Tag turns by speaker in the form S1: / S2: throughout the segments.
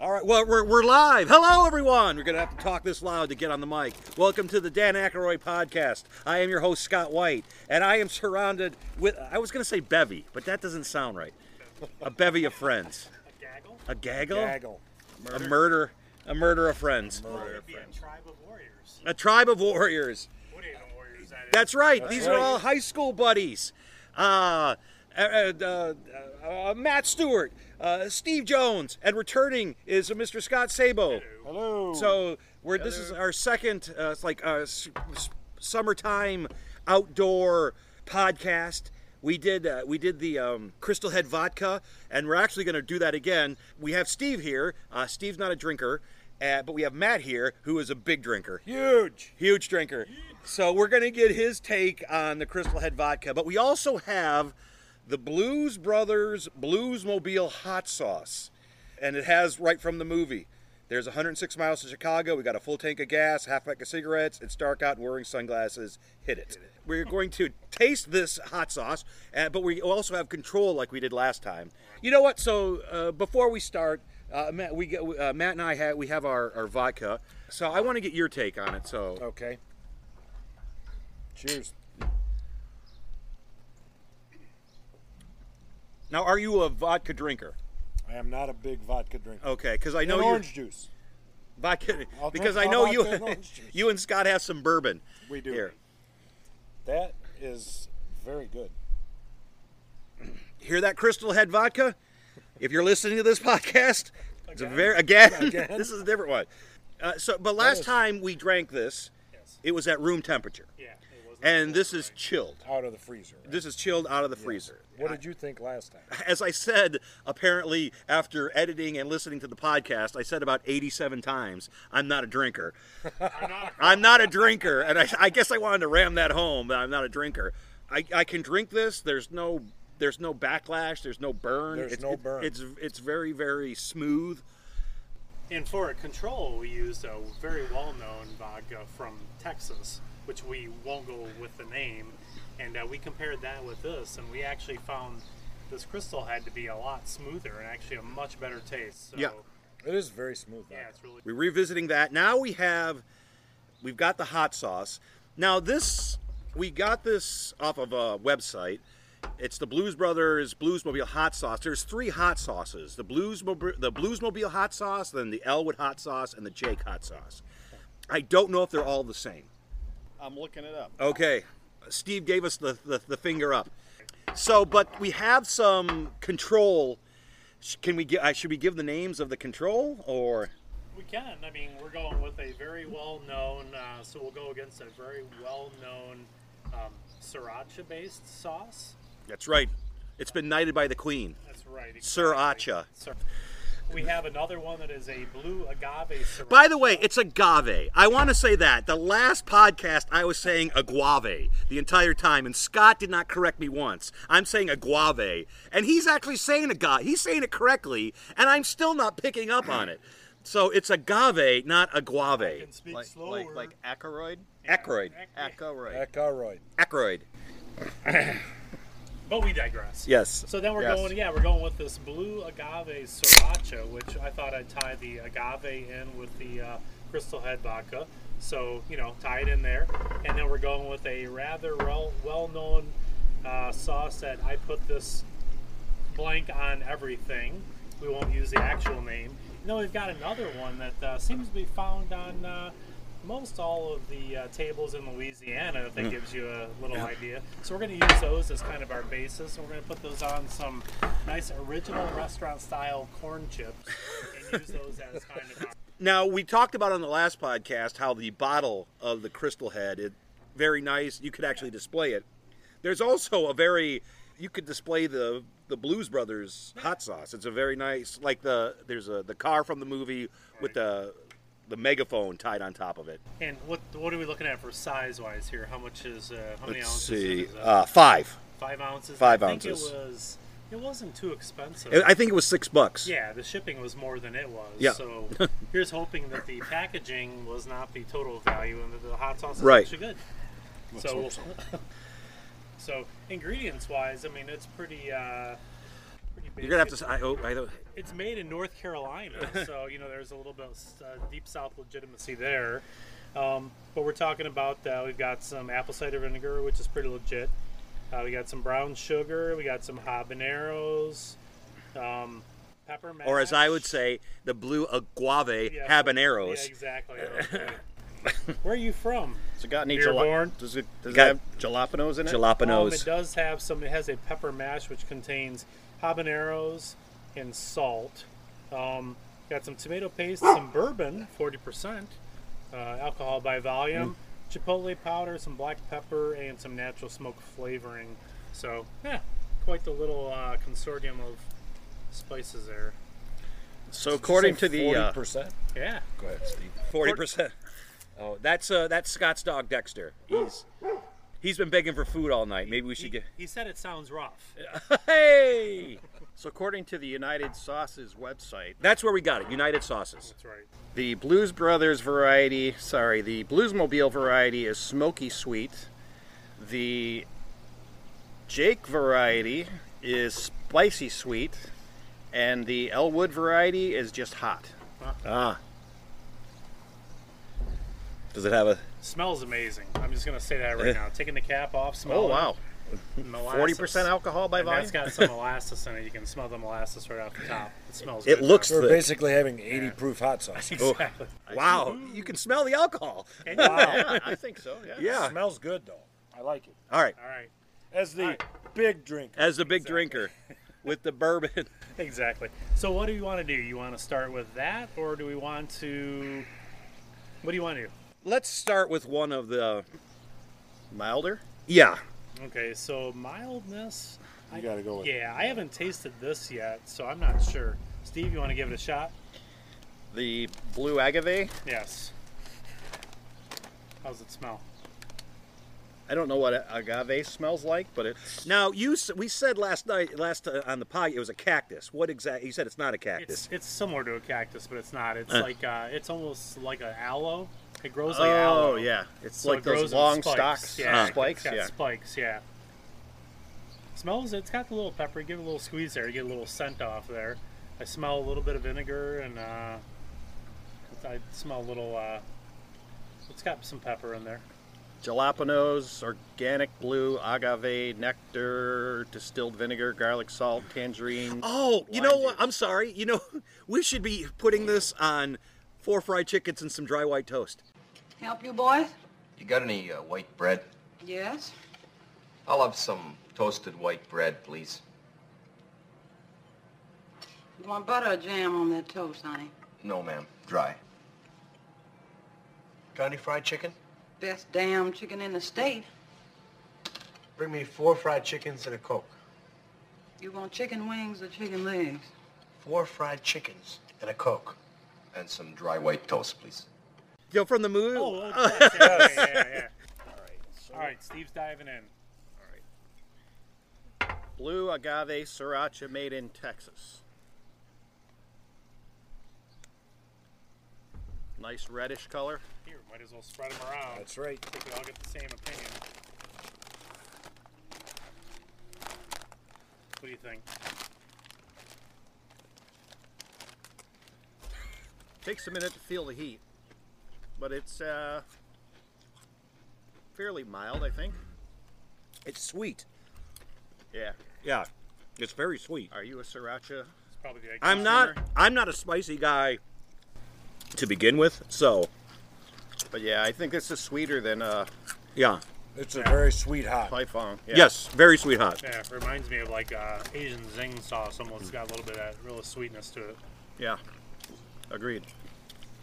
S1: All well, we're, we're live. Hello, everyone. We're going to have to talk this loud to get on the mic. Welcome to the Dan Aykroyd podcast. I am your host, Scott White, and I am surrounded with, I was going to say bevy, but that doesn't sound right. A bevy of friends.
S2: Gaggle?
S1: A gaggle?
S3: Gaggle.
S1: A murder. A murder of friends.
S2: Well, it'd be a tribe of warriors.
S1: A tribe of warriors.
S2: What even warriors that is?
S1: That's right. These are
S3: right.
S1: all high school buddies. Uh, uh, uh, uh, uh, Matt Stewart, uh, Steve Jones, and returning is Mr. Scott Sabo.
S3: Hello.
S1: So we're this is our second. Uh, it's like a s- s- summertime outdoor podcast. We did uh, we did the um, Crystal Head vodka, and we're actually going to do that again. We have Steve here. Uh, Steve's not a drinker, uh, but we have Matt here, who is a big drinker
S3: huge.
S1: huge drinker. So we're gonna get his take on the Crystal Head vodka, but we also have the Blues Brothers Bluesmobile hot sauce, and it has right from the movie. There's 106 miles to Chicago. We got a full tank of gas, half pack of cigarettes. It's dark out. and Wearing sunglasses. Hit it. We're going to taste this hot sauce, uh, but we also have control like we did last time. You know what? So uh, before we start, uh, Matt, we get, uh, Matt and I have we have our, our vodka. So I want to get your take on it. So
S3: Okay. Cheers.
S1: Now, are you a vodka drinker?
S3: I am not a big vodka drinker.
S1: Okay, because I
S3: And
S1: know you
S3: orange juice.
S1: vodka
S3: I'll
S1: because I
S3: drink
S1: know
S3: all
S1: you
S3: vodka and orange juice.
S1: you and Scott have some bourbon.
S3: We do.
S1: Here,
S3: That is very good.
S1: hear that Crystal Head vodka? If you're listening to this podcast, it's a very again.
S3: Again.
S1: this is a different one. Uh, so, but last
S3: is-
S1: time we drank this,
S2: Yes.
S1: it was at room temperature,
S2: Yeah. It was
S1: and this is chilled.
S3: Out of the freezer. right?
S1: This is chilled out of the freezer.
S3: What did you think last time?
S1: As I said, apparently after editing and listening to the podcast, I said about 87 times, "I'm not a drinker."
S2: I'm not
S1: I'm not a drinker, and I, I guess I wanted to ram that home. That I'm not a drinker. I, I can drink this. There's no there's no backlash. There's no burn.
S3: There's
S1: it's,
S3: no
S1: it-
S3: burn.
S1: It's it's very very smooth.
S2: and for a control, we used a very well-known vodka from Texas, which we won't go with the name. And uh, we compared that with this, and we actually found this crystal head to be a lot smoother and actually a much better taste. So,
S1: Yeah.
S3: It is very smooth.
S2: yeah,
S3: vodka.
S2: it's really
S1: We're revisiting that. Now we have we've got the hot sauce. Now this we got this off of a website. It's the Blues Brothers Bluesmobile hot sauce. There's three hot sauces: the Bluesmobile, the Bluesmobile hot sauce, then the Elwood hot sauce, and the Jake hot sauce. I don't know if they're all the same.
S4: I'm looking it up.
S1: Okay. Steve gave us the, the, the finger up. So, but we have some control. Sh- Can we get? Should we give the names of the control or?
S2: We can. I mean, we're going with a very well-known, uh, so we'll go against a very well-known um, sriracha-based sauce.
S1: That's right. It's been knighted by the Queen.
S2: That's right. exactly.
S1: Sriracha.
S2: Sir- We have another one that is a blue agave sriracha.
S1: By the way, it's agave. I want to say that. The last podcast, I was saying aguave the entire time, and Scott did not correct me once. I'm saying aguave, and he's actually saying agave. He's saying it correctly, and I'm still not picking up on it. So it's agave, not aguave.
S2: can speak
S4: Like
S2: slower.
S4: like like Ackroyd.
S1: Ackroyd.
S4: Ackroyd.
S3: Ackroyd.
S1: Ackroyd.
S2: But we digress.
S1: Yes.
S2: So then we're
S4: Yes.
S2: going, yeah, we're going with this blue agave sriracha, which I thought I'd tie the agave in with the uh, Crystal Head vodka. So, you know, tie it in there. And then we're going with a rather well, well-known uh, sauce that I put this blank on everything. We won't use the actual name. And then we've got another one that uh, seems to be found on uh, most all of the uh, tables in Louisiana,
S1: Hmm.
S2: if that gives you a little idea. So we're going to use those as kind of our basis. And we're going to put those on some nice original restaurant style corn chips and use those as kind of our.
S1: Now we talked about on the last podcast how the bottle of the crystal head is very nice. You could actually display it. There's also a very you could display the the Blues Brothers hot sauce. It's a very nice like the there's a the car from the movie with the the megaphone tied on top of it.
S2: And what what are we looking at for size wise here? How much is uh, how many
S1: Let's
S2: ounces?
S1: see,
S2: is it?
S1: uh, five.
S2: five ounces.
S1: five
S2: I think
S1: ounces.
S2: It was. It wasn't too expensive.
S1: I think it was six bucks.
S2: Yeah, the shipping was more than it was.
S1: Yeah.
S2: So here's hoping that the packaging was not the total value and that the hot sauce is
S1: Right.
S2: actually good.
S3: Let's
S2: So,
S3: hope so.
S2: so ingredients wise, I mean it's pretty uh, pretty
S1: You're gonna have to. s- I, oh, I don't.
S2: It's made in North Carolina, so you know there's a little bit of uh, deep South legitimacy there. Um, but we're talking about uh, we've got some apple cider vinegar, which is pretty legit. Uh, we got some brown sugar. We got some habaneros, um, pepper. Mash.
S1: Or as I would say, the blue agave
S2: Yeah, Yeah,
S1: habaneros.
S2: exactly. Where are you from?
S4: Has it got any
S2: Dearborn.
S4: jala- Does it does
S1: Got-
S4: it have jalapenos in it?
S2: Um, it
S1: Jalapenos.
S2: does have some. It has a pepper mash which contains habaneros and salt. Um, got some tomato paste, some bourbon, forty percent, uh, alcohol by volume, chipotle powder, some black pepper, and some natural smoke flavoring. So yeah, quite the little uh, consortium of spices there.
S4: so according to the
S3: forty
S4: uh,
S3: percent.
S2: Yeah,
S3: Go ahead, Steve.
S1: Forty percent. Oh, that's uh, that's Scott's dog Dexter. He's he's been begging for food all night. Maybe we
S2: he,
S1: should get.
S2: he said it sounds rough.
S1: Hey,
S4: so according to the United Sauces website,
S1: that's where we got it. United Sauces.
S2: That's right.
S4: The Blues Brothers variety, sorry, the Bluesmobile variety is smoky sweet. The Jake variety is spicy sweet, and the Elwood variety is just hot.
S1: Ah. Does it have a?
S2: Smells amazing. I'm just gonna say that right now. Taking the cap off.
S4: Oh
S2: Smelling
S4: wow, forty percent
S2: molasses.
S4: alcohol by
S2: And that's
S4: volume.
S2: got some molasses in it. You can smell the molasses right off the top. It smells.
S1: It
S2: good,
S1: looks
S3: We're
S1: thick.
S3: basically having 80 proof hot sauce.
S4: Oh.
S2: though. exactly.
S1: Wow, you can smell the alcohol.
S4: yeah, I think so. Yeah.
S1: Yeah.
S3: smells good though. I like it.
S1: All right.
S2: All right.
S3: As the
S2: Alright.
S3: big drink.
S1: As the big drinker, with the bourbon.
S2: Exactly. So what do you want to do? You want to start with that, or do we want to? What do you want to do?
S1: Let's start with one of the.
S4: Milder.
S1: Yeah.
S2: Okay. So mildness.
S3: You gotta go with
S2: Yeah, I haven't tasted this yet, so I'm not sure. Steve, you want to give it a shot?
S4: The blue agave.
S2: Yes. How's it smell?
S4: I don't know what agave smells like, but it's
S1: Now you s- we said last night last uh, on the pod it was a cactus. What exactly? You said it's not a
S2: It's
S1: cactus.
S2: it's similar to a cactus, but it's not. It's
S1: Uh.
S2: like uh, it's almost like an aloe. It grows like aloe.
S4: oh yeah, it's
S2: So
S4: like
S2: it
S4: those
S2: grows in
S4: long
S2: spikes,
S4: stalks, Uh.
S2: yeah.
S4: spikes.
S2: It's got
S4: Yeah.
S2: spikes, yeah. Smells. It's got the little pepper. Give it a little squeeze there. You get a little scent off there. I smell a little bit of vinegar and uh, I smell a little. Uh, it's got some pepper in there.
S4: jalapenos, organic blue, agave, nectar, distilled vinegar, garlic salt, tangerine.
S1: oh, you know
S4: lime
S1: what?
S4: juice.
S1: I'm sorry. You know, we should be putting this on four fried chickens and some dry white toast.
S5: Help you boys?
S6: You got any uh, white bread?
S5: Yes.
S6: I'll have some toasted white bread, please.
S5: You want butter or jam on that toast, honey?
S6: No, ma'am. Dry. Got any fried chicken?
S5: Best damn chicken in the state.
S6: Bring me four fried chickens and a Coke.
S5: You want chicken wings or chicken legs?
S6: Four fried chickens and a Coke. And some dry white toast, please.
S1: You know, from the movie.
S2: Oh, oh, yes, yeah, yeah, yeah, yeah. All right, Steve's diving in.
S4: Blue agave sriracha made in Texas. Nice reddish color.
S2: Here, might as well spread them around.
S3: That's right.
S2: I think we all get the same opinion. What do you think?
S4: Takes a minute to feel the heat, but it's uh, fairly mild, I think.
S1: It's sweet.
S4: Yeah.
S1: Yeah, it's very sweet.
S4: Are you a sriracha?
S2: It's probably the.
S1: I'm not. I'm not a spicy guy to begin with. So
S4: But yeah, I think this is sweeter than uh,
S1: yeah.
S3: It's a very sweet hot.
S4: Paifong. Yeah.
S1: Yes, very sweet hot.
S2: Yeah, it reminds me of like uh, Asian zing sauce. Almost got a little bit of that real sweetness to it.
S4: Yeah. Agreed.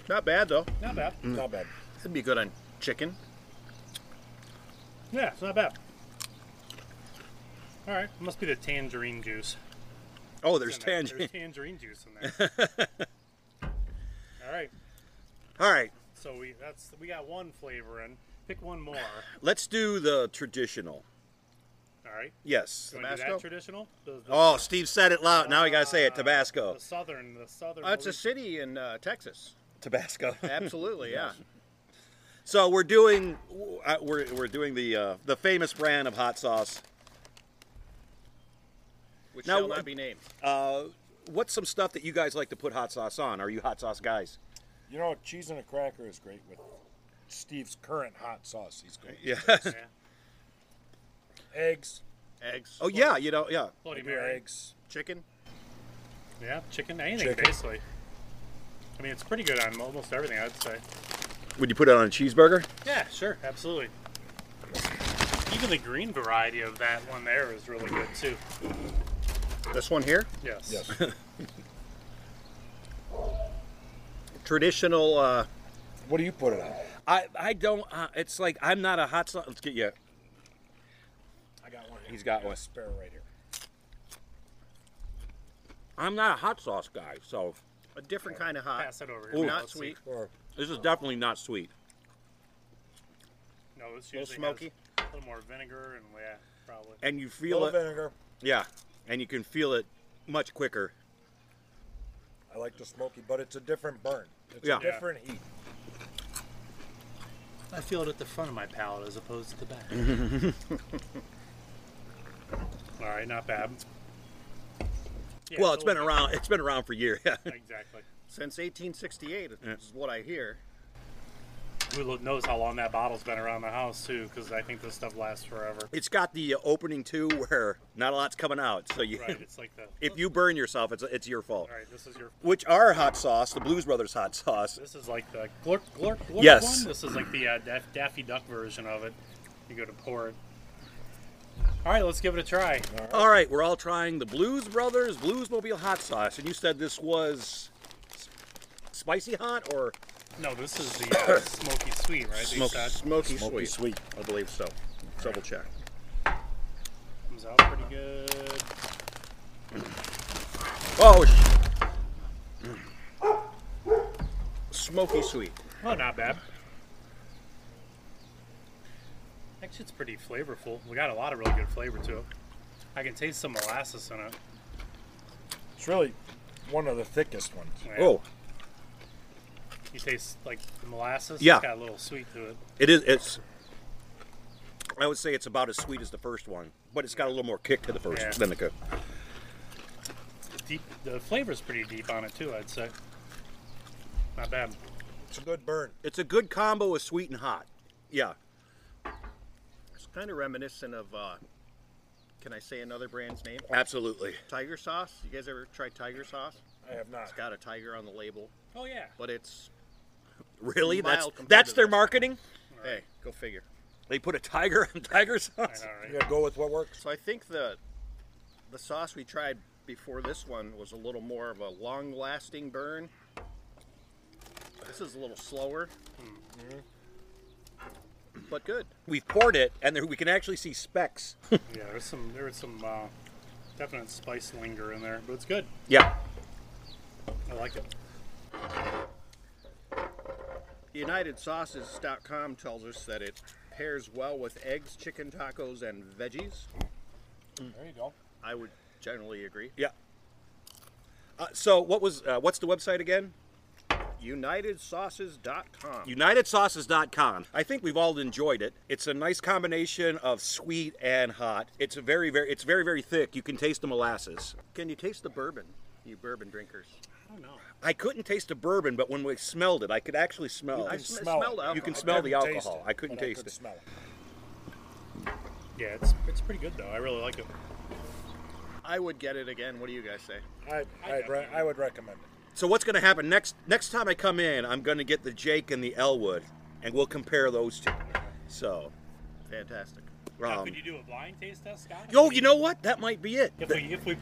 S4: Not bad though.
S2: Not bad.
S3: Not bad.
S4: It'd be good on chicken.
S2: Yeah, it's not bad. All right, must be the tangerine juice.
S1: Oh, there's
S2: in there.
S1: tangerine.
S2: There's tangerine juice in there. All right,
S1: All right,
S2: so we that's we got one flavor in. Pick one more. All
S1: let's do the traditional.
S2: right,
S1: Yes.
S2: you want to do that
S4: Tabasco?
S2: traditional? The- the-
S1: Oh, Steve said it loud. Now you gotta say it. Tabasco.
S2: The southern, the southern.
S4: Uh, it's a city in uh, Texas.
S1: Tabasco.
S4: Absolutely, yeah.
S1: So we're doing uh, we're, we're doing the uh, the famous brand of hot sauce.
S4: which
S1: Now,
S4: shall
S1: uh,
S4: not be named.
S1: Uh, what's some stuff that you guys like to put hot sauce on? Are you hot sauce guys?
S3: You know, cheese and a cracker is great with Steve's current hot sauce. He's going
S1: Yeah.
S2: Yeah.
S3: eggs,
S4: Eggs.
S1: oh yeah, you know, yeah.
S2: Bloody
S3: maybe
S2: Mary.
S3: eggs.
S4: chicken.
S2: Yeah, chicken, anything
S3: Chicken.
S2: basically. I mean, it's pretty good on almost everything, I'd say.
S1: Would you put it on a cheeseburger?
S2: Yeah, sure, absolutely. Even the green variety of that one there is really good too.
S4: This one here,
S2: Yes.
S3: Yes.
S4: traditional. Uh,
S3: What do you put it on?
S1: I I don't. Uh, it's like I'm not a hot sauce. Let's get you.
S3: I got one.
S1: He's got one.
S3: Spare right here.
S1: I'm not a hot sauce guy, so
S4: a different kind of hot.
S2: Pass it over.
S1: Ooh.
S2: Here.
S4: Not
S2: Let's see.
S4: sweet.
S3: Or
S1: this is definitely not sweet.
S2: No, it's
S4: Little
S2: usually
S4: smoky.
S2: has A little more vinegar and yeah, probably.
S1: And you
S3: a
S1: feel
S3: little
S1: it.
S3: vinegar.
S1: Yeah, and you can feel it much quicker.
S3: I like the smoky, but it's a different burn. It's
S1: Yeah.
S3: a different heat.
S2: I feel it at the front of my palate as opposed to the back. All right, not bad. Yeah,
S1: well, it's
S2: it's
S1: been
S2: a
S1: around. It's been around for years.
S2: little- Exactly.
S4: Since 1868 is what I hear.
S2: Who lo- knows how long that bottle's been around the house too? Because I think this stuff lasts forever.
S1: it's got the uh, opening too, where not a lot's coming out. So you,
S2: Right. It's like the.
S1: if you burn yourself, it's it's your fault.
S2: All right, this is your.
S1: Which our hot sauce, the Blues Brothers hot sauce.
S2: This is like the glork glork glork
S1: Yes.
S2: one. This is like the uh, Daff- Daffy Duck version of it. You go to pour it. All right, let's give it a try.
S1: All right, we're all trying the Blues Brothers Bluesmobile hot sauce, and you said this was s- spicy hot or
S2: No, this is the uh, smoky sweet, right? They
S4: Smoky,
S2: said?
S4: smoky,
S3: Smoky
S4: sweet.
S3: sweet.
S4: I believe so. Double check.
S2: comes out pretty good.
S4: Oh. Sh-
S1: mm.
S4: smoky sweet.
S2: Oh, not bad. Actually, it's pretty flavorful. We got a lot of really good flavor to it. I can taste some molasses in it.
S3: It's really one of the thickest ones.
S2: Yeah.
S1: oh,
S2: You taste like the molasses.
S1: Yeah.
S2: It's got a little sweet to it.
S1: it is. It's. I would say it's about as sweet as the first one, but it's got a little more kick to the first
S2: Yeah.
S1: than the cook.
S2: The deep, the flavor's pretty deep on it too. I'd say. Not bad.
S3: It's a good burn.
S1: It's a good combo of sweet and hot. Yeah.
S4: It's kind of reminiscent of. Uh, can I say another brand's name?
S1: Absolutely.
S4: Tiger sauce. You guys ever try tiger sauce?
S3: I have not.
S4: It's got a tiger on the label,
S2: Oh yeah.
S4: but it's
S1: Really? That's
S4: Mild compared
S1: that's
S4: to
S1: their
S4: this.
S1: marketing?
S4: hey, go figure.
S1: They put a tiger on tiger
S2: I
S1: sauce.
S2: know, right?
S3: You gotta go with what works.
S4: So I think the the sauce we tried before this one was a little more of a long-lasting burn. This is a little slower, but good.
S1: We've poured it and there, we can actually see specks.
S2: Yeah. There's some. There was some uh, definite spice linger in there, but it's good.
S1: yeah.
S2: I like it.
S4: UnitedSauces.com tells us that it pairs well with eggs, chicken tacos, and veggies.
S3: There you go.
S4: I would generally agree.
S1: Yeah. Uh, so what was uh, what's the website again?
S4: UnitedSauces.com.
S1: UnitedSauces.com. I think we've all enjoyed it. It's a nice combination of sweet and hot. It's a very very it's very very thick. You can taste the molasses.
S4: Can you taste the bourbon, you bourbon drinkers?
S2: I don't know.
S1: I couldn't taste the bourbon, but when we smelled it, I could actually smell.
S4: I
S1: it.
S3: can
S4: sm-
S3: smell it.
S4: smelled alcohol.
S1: You can smell the
S3: Couldn't taste
S1: alcohol. I couldn't
S3: but
S1: taste
S3: could
S1: it.
S3: Smell it.
S2: Yeah, it's it's pretty good though. I really like it.
S4: I would get it again. What do you guys say?
S3: I, I, re- I would recommend it.
S1: So what's going to happen next? Next time I come in, I'm going to get the Jake and the Elwood, and we'll compare those two. So,
S4: Fantastic.
S2: Now,
S1: um,
S2: could you do a blind taste test, Scott?
S1: yo, you know what? That might be it.
S2: If we if we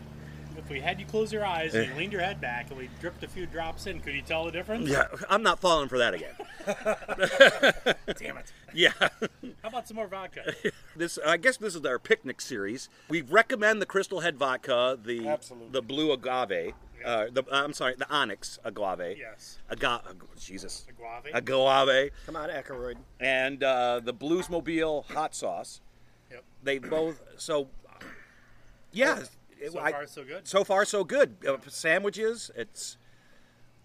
S2: if we had you close your eyes and you leaned your head back and we dripped a few drops in, could you tell the difference?
S1: Eh. Yeah, I'm not falling for that again.
S2: Damn it.
S1: Yeah,
S2: How about some more vodka?
S1: this I guess this is our picnic series. We recommend the Crystal Head Vodka, the
S3: Absolutely.
S1: the Blue Agave, uh, the I'm sorry, the Onyx Agave.
S2: yes.
S1: Aga- oh, Jesus.
S2: Aguave.
S1: Agave.
S4: Come on, Ackroyd.
S1: and uh, the Bluesmobile hot sauce.
S2: Yep.
S1: They both so yeah. it-
S2: so
S1: I-
S2: far, so good.
S1: so far so good. Uh, sandwiches, it's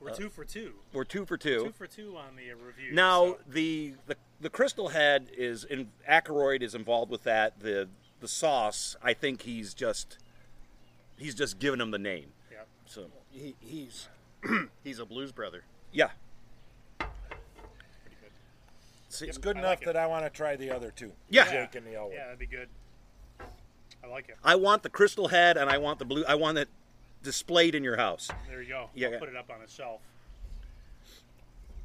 S2: We're two for two.
S1: we're two for
S2: Two
S1: Uh, two.
S2: for two on the uh, review.
S1: Now
S2: so-
S1: the, the the Crystal Head is in Ackroyd is involved with that. The the sauce, I think he's just He's just giving him the name.
S2: Yep.
S4: So he, he's he's a blues brother.
S1: Yeah.
S4: See,
S3: It's good
S2: I
S3: enough
S2: like it.
S3: that I want to try the other two.
S1: Yeah.
S3: Jake and the Elwood.
S2: Yeah, that'd be good. I like it.
S1: I want the crystal head and I want the blue. I want it displayed in your house.
S2: There you go.
S1: Yeah,
S2: I'll
S1: yeah.
S2: put it up on a shelf.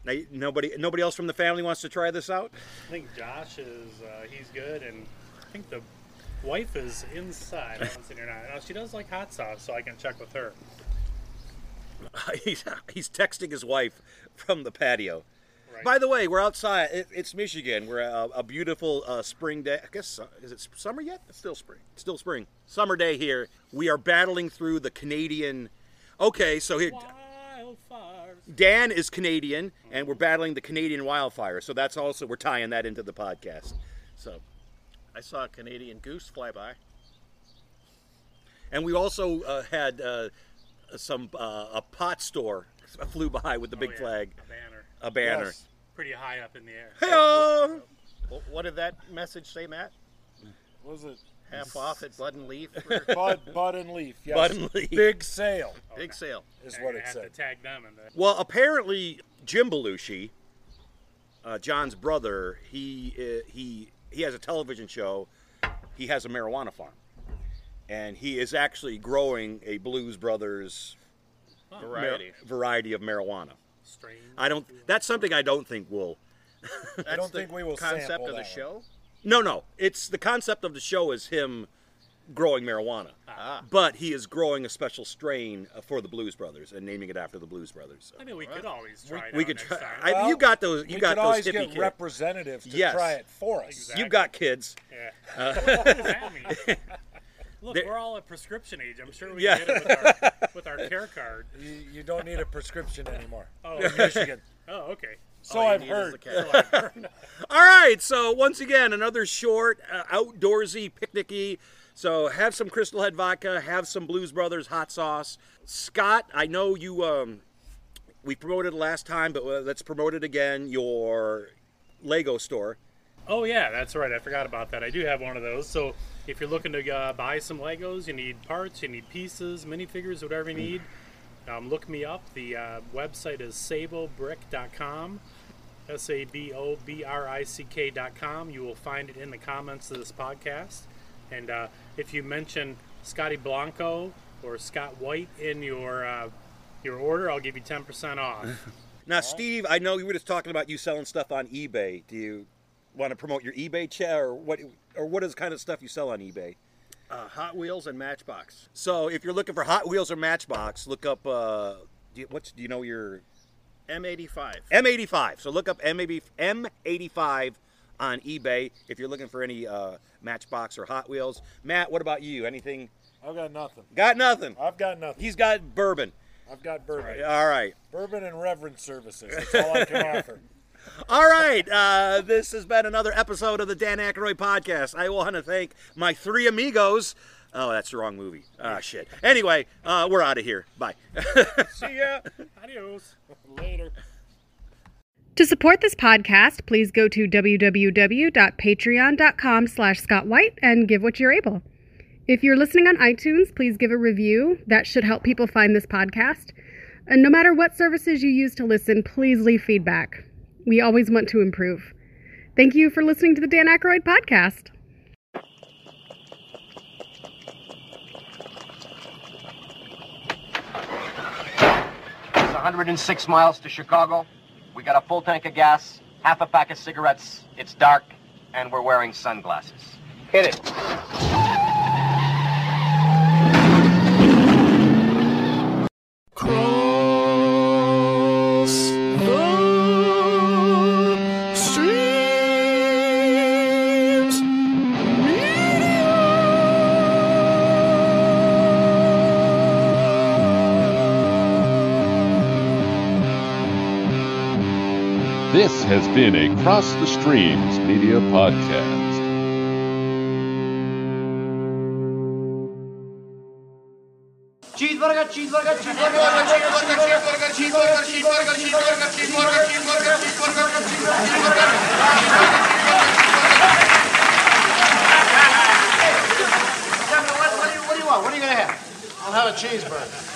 S1: Now, you- nobody, nobody else from the family wants to try this out.
S2: I think Josh is uh, he's good, and I think the wife is inside. I haven't seen her now. Now, She does like hot sauce, so I can check with her.
S1: he's, he's texting his wife from the patio.
S2: Right.
S1: By the way, we're outside. It, it's Michigan. We're a, a beautiful uh, spring day. I guess su- is it s- summer yet? It's still spring. It's still spring. Summer day here. We are battling through the Canadian. Okay, so here
S2: Wildfires.
S1: Dan is Canadian, and we're battling the Canadian wildfire. So that's also we're tying that into the podcast. So,
S4: I saw a Canadian goose fly by.
S1: and we also uh, had uh, some uh, a pot store flew by with the big
S2: Oh, yeah,
S1: flag,
S2: A banner.
S1: a banner.
S3: Yes.
S2: Pretty high up in the air.
S1: Hello.
S4: Wh- What did that message say, Matt?
S3: What was it?
S4: Half off at Bud and Leaf.
S3: Bud, Bud and Leaf. Yes.
S1: Bud and Leaf.
S3: Big sale
S4: Big sale.
S3: is
S2: I'm
S3: what
S2: gonna
S3: it
S2: have
S3: said.
S2: to tag them in the
S1: Well, apparently Jim Belushi, uh, John's brother, he uh, he he has a television show. He has a marijuana farm, and he is actually growing a Blues Brothers mar-
S4: Variety.
S1: variety of marijuana.
S2: strain.
S1: I don't. That's something I don't think will.
S4: That's
S3: don't
S4: the
S3: think we will
S4: concept
S3: sample
S4: of the
S3: that one.
S4: show.
S1: No, no. It's the concept of the show is him growing marijuana, but he is growing a special strain uh, for the Blues Brothers and naming it after the Blues Brothers. So
S2: I mean, we could always try it
S1: we
S2: out
S1: could
S2: next
S1: try.
S2: time.
S1: I, you
S3: Well,
S1: got those. You
S3: we
S1: got
S3: could
S1: those
S3: always
S1: hippie
S3: get
S1: kids.
S3: representatives to
S1: Yes.
S3: try it for us.
S2: Exactly.
S1: you got kids.
S2: Yeah. what does that mean? Look,
S1: uh, There-
S2: we're all at prescription age. I'm sure we
S1: Yeah.
S2: can get it with our, with our care card.
S3: You, you don't need a prescription anymore.
S2: Oh,
S3: in Michigan.
S2: Oh, okay.
S3: So
S4: All you
S3: I've
S4: need is the
S3: heard.
S4: cat.
S1: All right, so once again, another short, uh, outdoorsy, picnicky. So have some Crystal Head vodka, have some Blues Brothers hot sauce. Scott, I know you. Um, we promoted last time, but uh, let's promote it again. Your Lego store.
S2: Oh yeah, that's right. I forgot about that. I do have one of those. So if you're looking to uh, buy some Legos, you need parts, you need pieces, minifigures, whatever you need. Um, look me up. The uh, website is sabobrick.com. S a b o b r i c k dot com. You will find it in the comments of this podcast. And uh, if you mention Scotty Blanco or Scott White in your uh, your order, I'll give you ten percent off.
S1: Now, Steve, I know you were just talking about you selling stuff on eBay. Do you want to promote your eBay chair, or what? Or what is the kind of stuff you sell on eBay?
S4: Uh, Hot Wheels and Matchbox.
S1: So, if you're looking for Hot Wheels or Matchbox, look up. Uh, do you, what's do you know your
S4: M85.
S1: M85. So look up M85 M85 on eBay if you're looking for any uh, Matchbox or Hot Wheels. Matt, what about you? Anything?
S3: I've got nothing.
S1: Got nothing.
S3: I've got nothing.
S1: He's got bourbon.
S3: I've got bourbon.
S1: All right.
S3: Bourbon and reverend services. That's all I can offer.
S1: All right. Uh, this has been another episode of the Dan Aykroyd podcast. I want to thank my three amigos. Oh, that's the wrong movie. Ah, shit. Anyway, uh, we're out of here. Bye.
S2: See ya. Adios. Later.
S7: To support this podcast, please go to www.patreon.com slash scottwhite and give what you're able. If you're listening on iTunes, please give a review. That should help people find this podcast. And no matter what services you use to listen, please leave feedback. We always want to improve. Thank you for listening to the Dan Aykroyd Podcast.
S6: It's 106 miles to Chicago. We got a full tank of gas, half a pack of cigarettes. It's dark, and we're wearing sunglasses. Hit it.
S8: This has been a Cross the Streams Media Podcast.
S6: What, what do you want? What are you going to have? I'll
S9: have a cheeseburger.